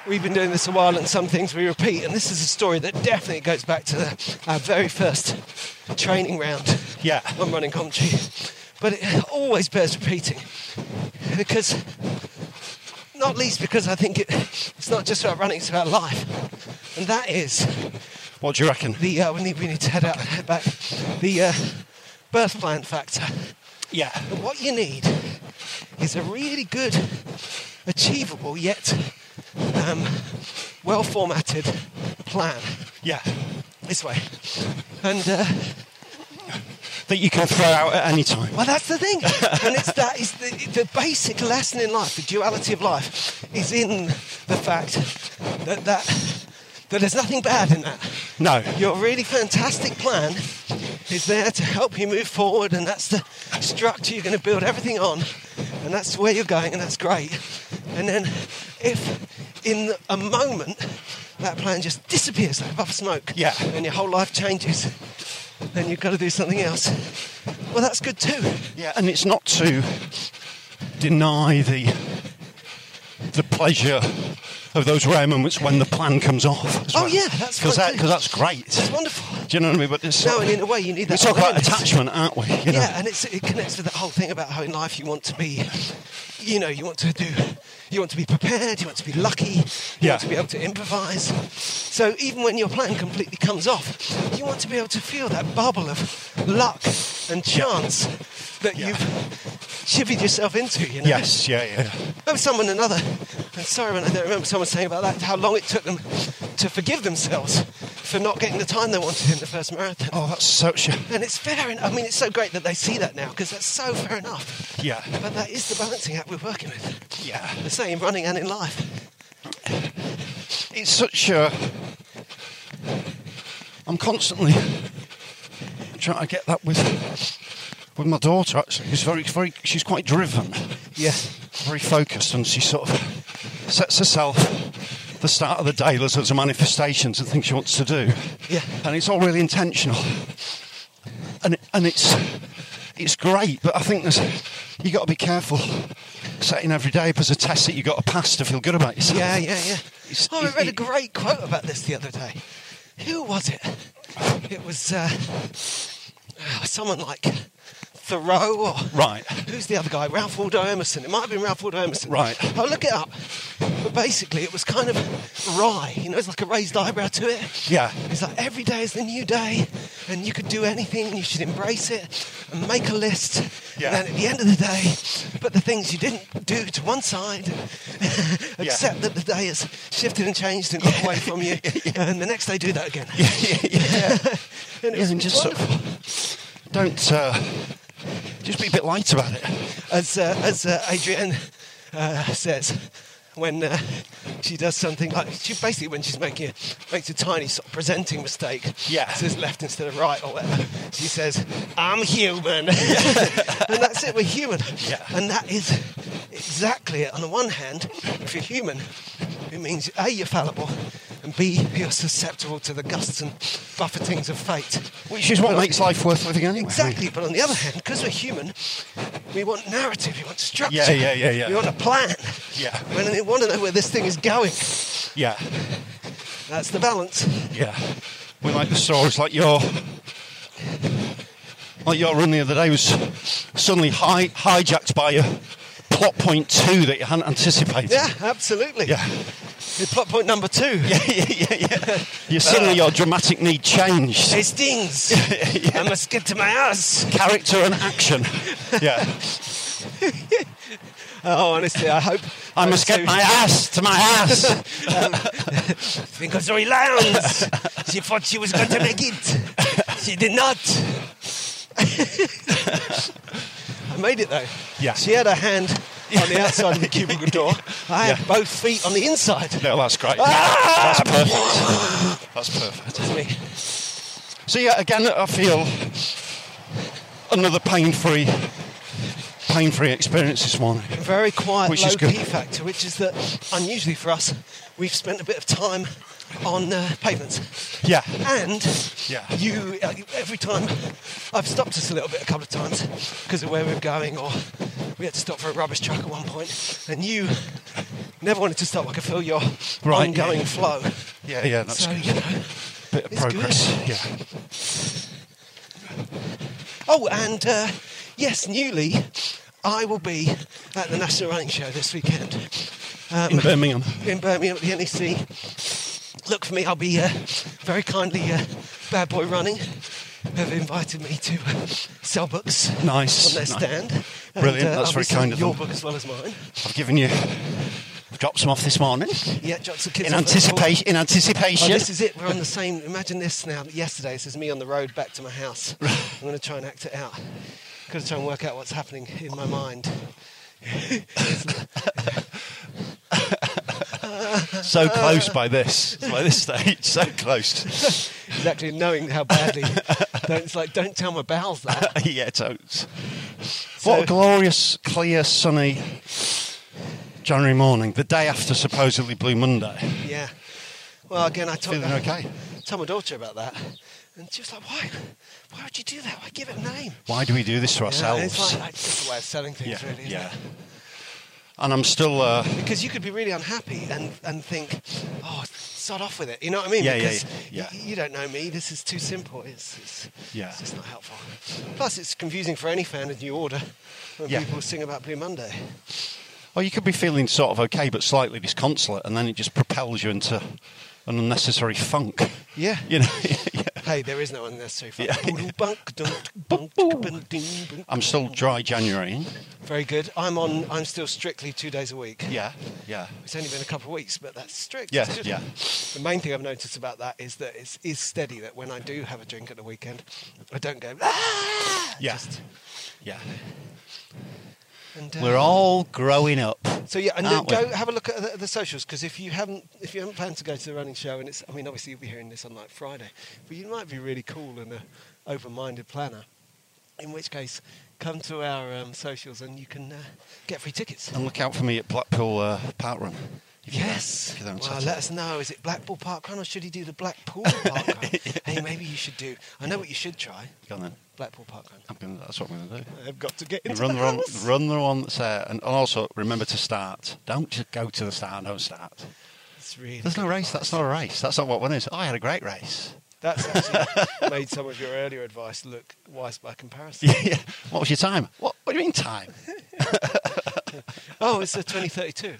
S2: we've been doing this a while, and some things we repeat. And this is a story that definitely goes back to the, our very first training round.
S3: Yeah.
S2: When running commentary, but it always bears repeating because. Not least because I think it, it's not just about running, it's about life. And that is
S3: What do you reckon?
S2: the, uh, we, need, we need to head out, head back, the uh, birth plan factor.
S3: yeah.
S2: But what you need is a really good, achievable yet um, well formatted plan.
S3: Yeah.
S2: This way. And uh,
S3: That you can throw out at any time.
S2: well, that's the thing. and it's that is the, the basic lesson in life, the duality of life, is in the fact that, that, that there's nothing bad in that.
S3: No.
S2: Your really fantastic plan is there to help you move forward, and that's the structure you're going to build everything on, and that's where you're going, and that's great. And then, if in a moment that plan just disappears like a puff of smoke,
S3: Yeah.
S2: and your whole life changes, then you've got to do something else. Well, that's good too.
S3: Yeah, and it's not to deny the the pleasure of those rare moments when the plan comes off. as
S2: Oh,
S3: well.
S2: yeah, that's
S3: because
S2: fun
S3: that,
S2: too.
S3: 'cause that's great.
S2: It's wonderful.
S3: Do you know what I mean? But it's
S2: No, and in a way, you need
S3: we
S2: that.
S3: talk about
S2: awareness.
S3: attachment, aren't we? You know?
S2: Yeah, and it's, it connects with that whole thing about how in life you want to be, you know, you want to do, you want to be prepared, you want to be lucky, you
S3: Yeah.
S2: want to be able to improvise. So even when your plan completely comes off, you want to be able to feel that bubble of luck and chance that
S3: Yeah.
S2: you've chivied yourself into, you know.
S3: Yes, yeah, yeah.
S2: Remember someone another, and sorry when I don't remember someone saying about that, how long it took them to forgive themselves for not getting the time they wanted in the first marathon.
S3: Oh, that's such a
S2: And it's fair enough. I mean, it's so great that they see that now because that's so fair enough.
S3: yeah,
S2: But that is the balancing act we're working with.
S3: yeah.
S2: The same running and in life.
S3: It's such a. I'm constantly trying to get that with with my daughter. Actually, who's very, very. She's quite driven.
S2: Yeah.
S3: very focused and she sort of sets herself the start of the day there's lots of manifestations and things she wants to do
S2: Yeah.
S3: and it's all really intentional and and it's it's great but i think there's you got to be careful setting every day up as a test that you've got to pass to feel good about yourself
S2: Yeah, yeah, yeah.
S3: It's-
S2: oh, I
S3: it-
S2: read a
S3: it-
S2: great quote about this the other day. Who was it? It was uh, uh, someone like Thoreau or.
S3: right
S2: Who's the other guy? Ralph Waldo Emerson. It might have been Ralph Waldo Emerson.
S3: Right.
S2: I'll look it up. But basically, it was kind of wry. You know, it's like a raised eyebrow to it.
S3: Yeah.
S2: It's like every day is the new day, and you could do anything, and you should embrace it, and make a list.
S3: Yeah.
S2: And then at the end of the day, put the things you didn't do to one side, accept that the day has shifted and changed and got away from you, and the next day do that again. Yeah, and it
S3: yeah,
S2: was
S3: and just sort
S2: wonderful.
S3: of don't uh, just be a bit light about it
S2: as uh, as uh, Adrienne uh, says when uh, she does something like she basically when she's making a, makes a tiny sort of presenting mistake
S3: Yeah.
S2: says left instead of right or whatever she says I'm human and that's it we're human
S3: Yeah.
S2: and that is exactly it on the one hand if you're human it means a you're fallible and b you're susceptible to the gusts and buffetings of fate
S3: which is what makes life worth living anyway
S2: Exactly, but on the other hand, because we're human, we want narrative, we want structure.
S3: Yeah, yeah, yeah, yeah.
S2: We want a plan.
S3: Yeah.
S2: We don't want to know where this thing is going.
S3: yeah
S2: That's the balance.
S3: Yeah. We like the stories like your like your run the other day was suddenly hi- hijacked by a plot point two that you hadn't anticipated.
S2: Yeah, absolutely.
S3: Yeah.
S2: The plot point number two.
S3: Yeah, yeah, yeah, yeah. You suddenly
S2: Uh.
S3: your dramatic need changed.
S2: It stings. I must get to my house.
S3: Character and action. Yeah.
S2: Oh, honestly, I hope.
S3: I must get my ass to my ass.
S2: Because Zoe Lyons, she thought she was going to make it. She did not. I made it though.
S3: Yeah.
S2: She had her hand on the outside of the cubicle door. I had
S3: Yeah.
S2: both feet on the inside.
S3: no, that's great.
S2: Ah!
S3: That's perfect. That's perfect.
S2: That's me.
S3: So yeah, again, I feel another pain-free pain-free experience this morning.
S2: Very quiet,
S3: Which
S2: low
S3: is good.
S2: key factor, which is that unusually for us, we've spent a bit of time on uh, pavements.
S3: Yeah.
S2: And
S3: Yeah.
S2: you, uh, every time, I've stopped us a little bit a couple of times because of where we were going, or we had to stop for a rubbish truck at one point, and you never wanted to stop. I could feel your
S3: Right,
S2: ongoing
S3: yeah.
S2: flow.
S3: Yeah, yeah, that's
S2: so,
S3: good.
S2: you know.
S3: Bit of
S2: it's good.
S3: progress. Yeah.
S2: Oh, and uh, yes, newly, I will be at the National Running Show this weekend. Um,
S3: In Birmingham.
S2: in Birmingham at the NEC. Look for me. I'll be uh, very kindly uh, Bad Boy Running have invited me to uh, sell books
S3: Nice,
S2: on their
S3: nice.
S2: stand.
S3: Brilliant,
S2: uh,
S3: that's
S2: I'll
S3: very
S2: be selling
S3: kind of
S2: your
S3: them.
S2: book as well as mine.
S3: I've given you. Dropped some off this morning.
S2: Yeah, Jocks and Kids.
S3: In
S2: are available.
S3: anticipation. In
S2: Oh,
S3: anticipation.
S2: this is it. We're on the same. Imagine this now. Yesterday, this is me on the road back to my house. I'm going to try and act it out. Got to try and work out what's happening in my mind. Ah.
S3: so close by this. By this stage. So close.
S2: Exactly, knowing how badly. don't, it's like, don't tell my bowels that.
S3: yeah, totes.
S2: So-
S3: what a glorious, clear, sunny January morning. The day after supposedly Blue Monday.
S2: Yeah. Well, again, I talked.
S3: Feeling okay?
S2: told my daughter about that, and she was like, "Why? Why would you do that? Why give it a name?"
S3: Why do we do this to
S2: You know, and
S3: ourselves?
S2: it's like that's just a way of selling things,
S3: yeah,
S2: really. Isn't
S3: yeah.
S2: It?
S3: And I'm still. Uh,
S2: Because you could be really unhappy and, and think, "Oh, sod off with it." You know what I mean?
S3: Yeah, yeah,
S2: because
S3: yeah.
S2: y- you don't know me. This is too simple. It's, it's,
S3: Yeah.
S2: it's just not helpful. Plus, it's confusing for any fan of New Order when
S3: Yeah.
S2: people sing about Blue Monday.
S3: Well, you could be feeling sort of okay, but slightly disconsolate, and then it just propels you into an unnecessary funk.
S2: Yeah.
S3: You know. yeah.
S2: Hey, there is no unnecessary fun.
S3: Yeah. I'm still dry January.
S2: Very good. I'm on. I'm still strictly two days a week.
S3: Yeah. Yeah.
S2: It's only been a couple of weeks, but that's strict.
S3: Yeah,
S2: It's good.
S3: yeah.
S2: The main thing I've noticed about that is that it is steady. That when I do have a drink at the weekend, I don't go. Ah!
S3: Yeah.
S2: Just-
S3: Yeah.
S2: and, uh,
S3: We're all growing up.
S2: So yeah, and then
S3: aren't we?
S2: go have a look at the, the socials because if you haven't if you haven't planned to go to the running show, and it's I mean obviously you'll be hearing this on like Friday, but you might be really cool and a open-minded planner. In which case, come to our um, socials and you can uh, get free tickets.
S3: And look out for me at Blackpool uh, Park Run. If you're there-
S2: Yes.
S3: if you're there
S2: Well,
S3: on Saturday.
S2: let us know. Is it Blackpool Park Run or should you do the Blackpool Park Run? Hey, maybe you should do. I know what you should try.
S3: Go on then.
S2: Blackpool Park Run.
S3: I'm gonna, that's what I'm going to do.
S2: I've got to get
S3: You
S2: into
S3: Run
S2: the
S3: the, one,
S2: house.
S3: run the one that's there, and also remember to start. Don't just go to the start. Don't start.
S2: It's really
S3: There's no
S2: good
S3: race. That's
S2: advice.
S3: not a race. That's not what one is. I had a great race.
S2: That's actually made some of your earlier advice look wise by comparison.
S3: yeah. What was your time? What, what do you mean time?
S2: Oh, it's a 2032.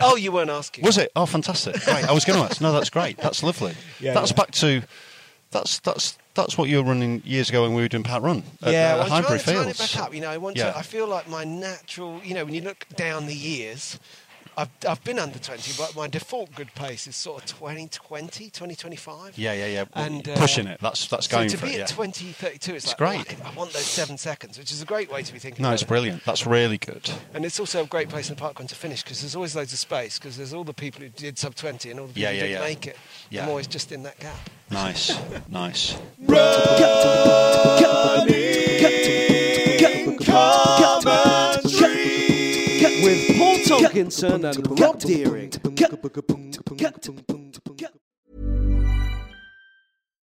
S2: oh, you weren't asking.
S3: Was it? Oh, fantastic! Great. I was going to ask. No, that's great. That's lovely.
S2: Yeah,
S3: that's
S2: yeah.
S3: back to that's that's that's what you were running years ago when we were doing Pat Run. At,
S2: Yeah,
S3: uh,
S2: well, I'm trying
S3: Highbury
S2: to turn it
S3: Fields.
S2: back up. You know, I want to.
S3: Yeah.
S2: I feel like my natural. You know, when you look down the years, I've I've been under 20, but my default good pace is sort of 2020, 2025.
S3: Yeah, yeah, yeah.
S2: And, uh,
S3: pushing it. That's that's
S2: So
S3: going
S2: to
S3: for
S2: be
S3: it.
S2: at
S3: yeah.
S2: 2032, it's,
S3: It's
S2: like, oh,
S3: great.
S2: I, I want those seven seconds, which is a great way to be thinking.
S3: no,
S2: about
S3: it's
S2: it.
S3: brilliant. That's really good.
S2: And it's also a great place in the park run to finish because there's always loads of space because there's all the people who did sub 20 and all the people
S3: Yeah,
S2: who
S3: yeah,
S2: didn't
S3: yeah.
S2: make it.
S3: Yeah.
S2: I'm always just in that gap.
S3: Nice, nice.
S1: With Paul Tolkinson and Rob Deering.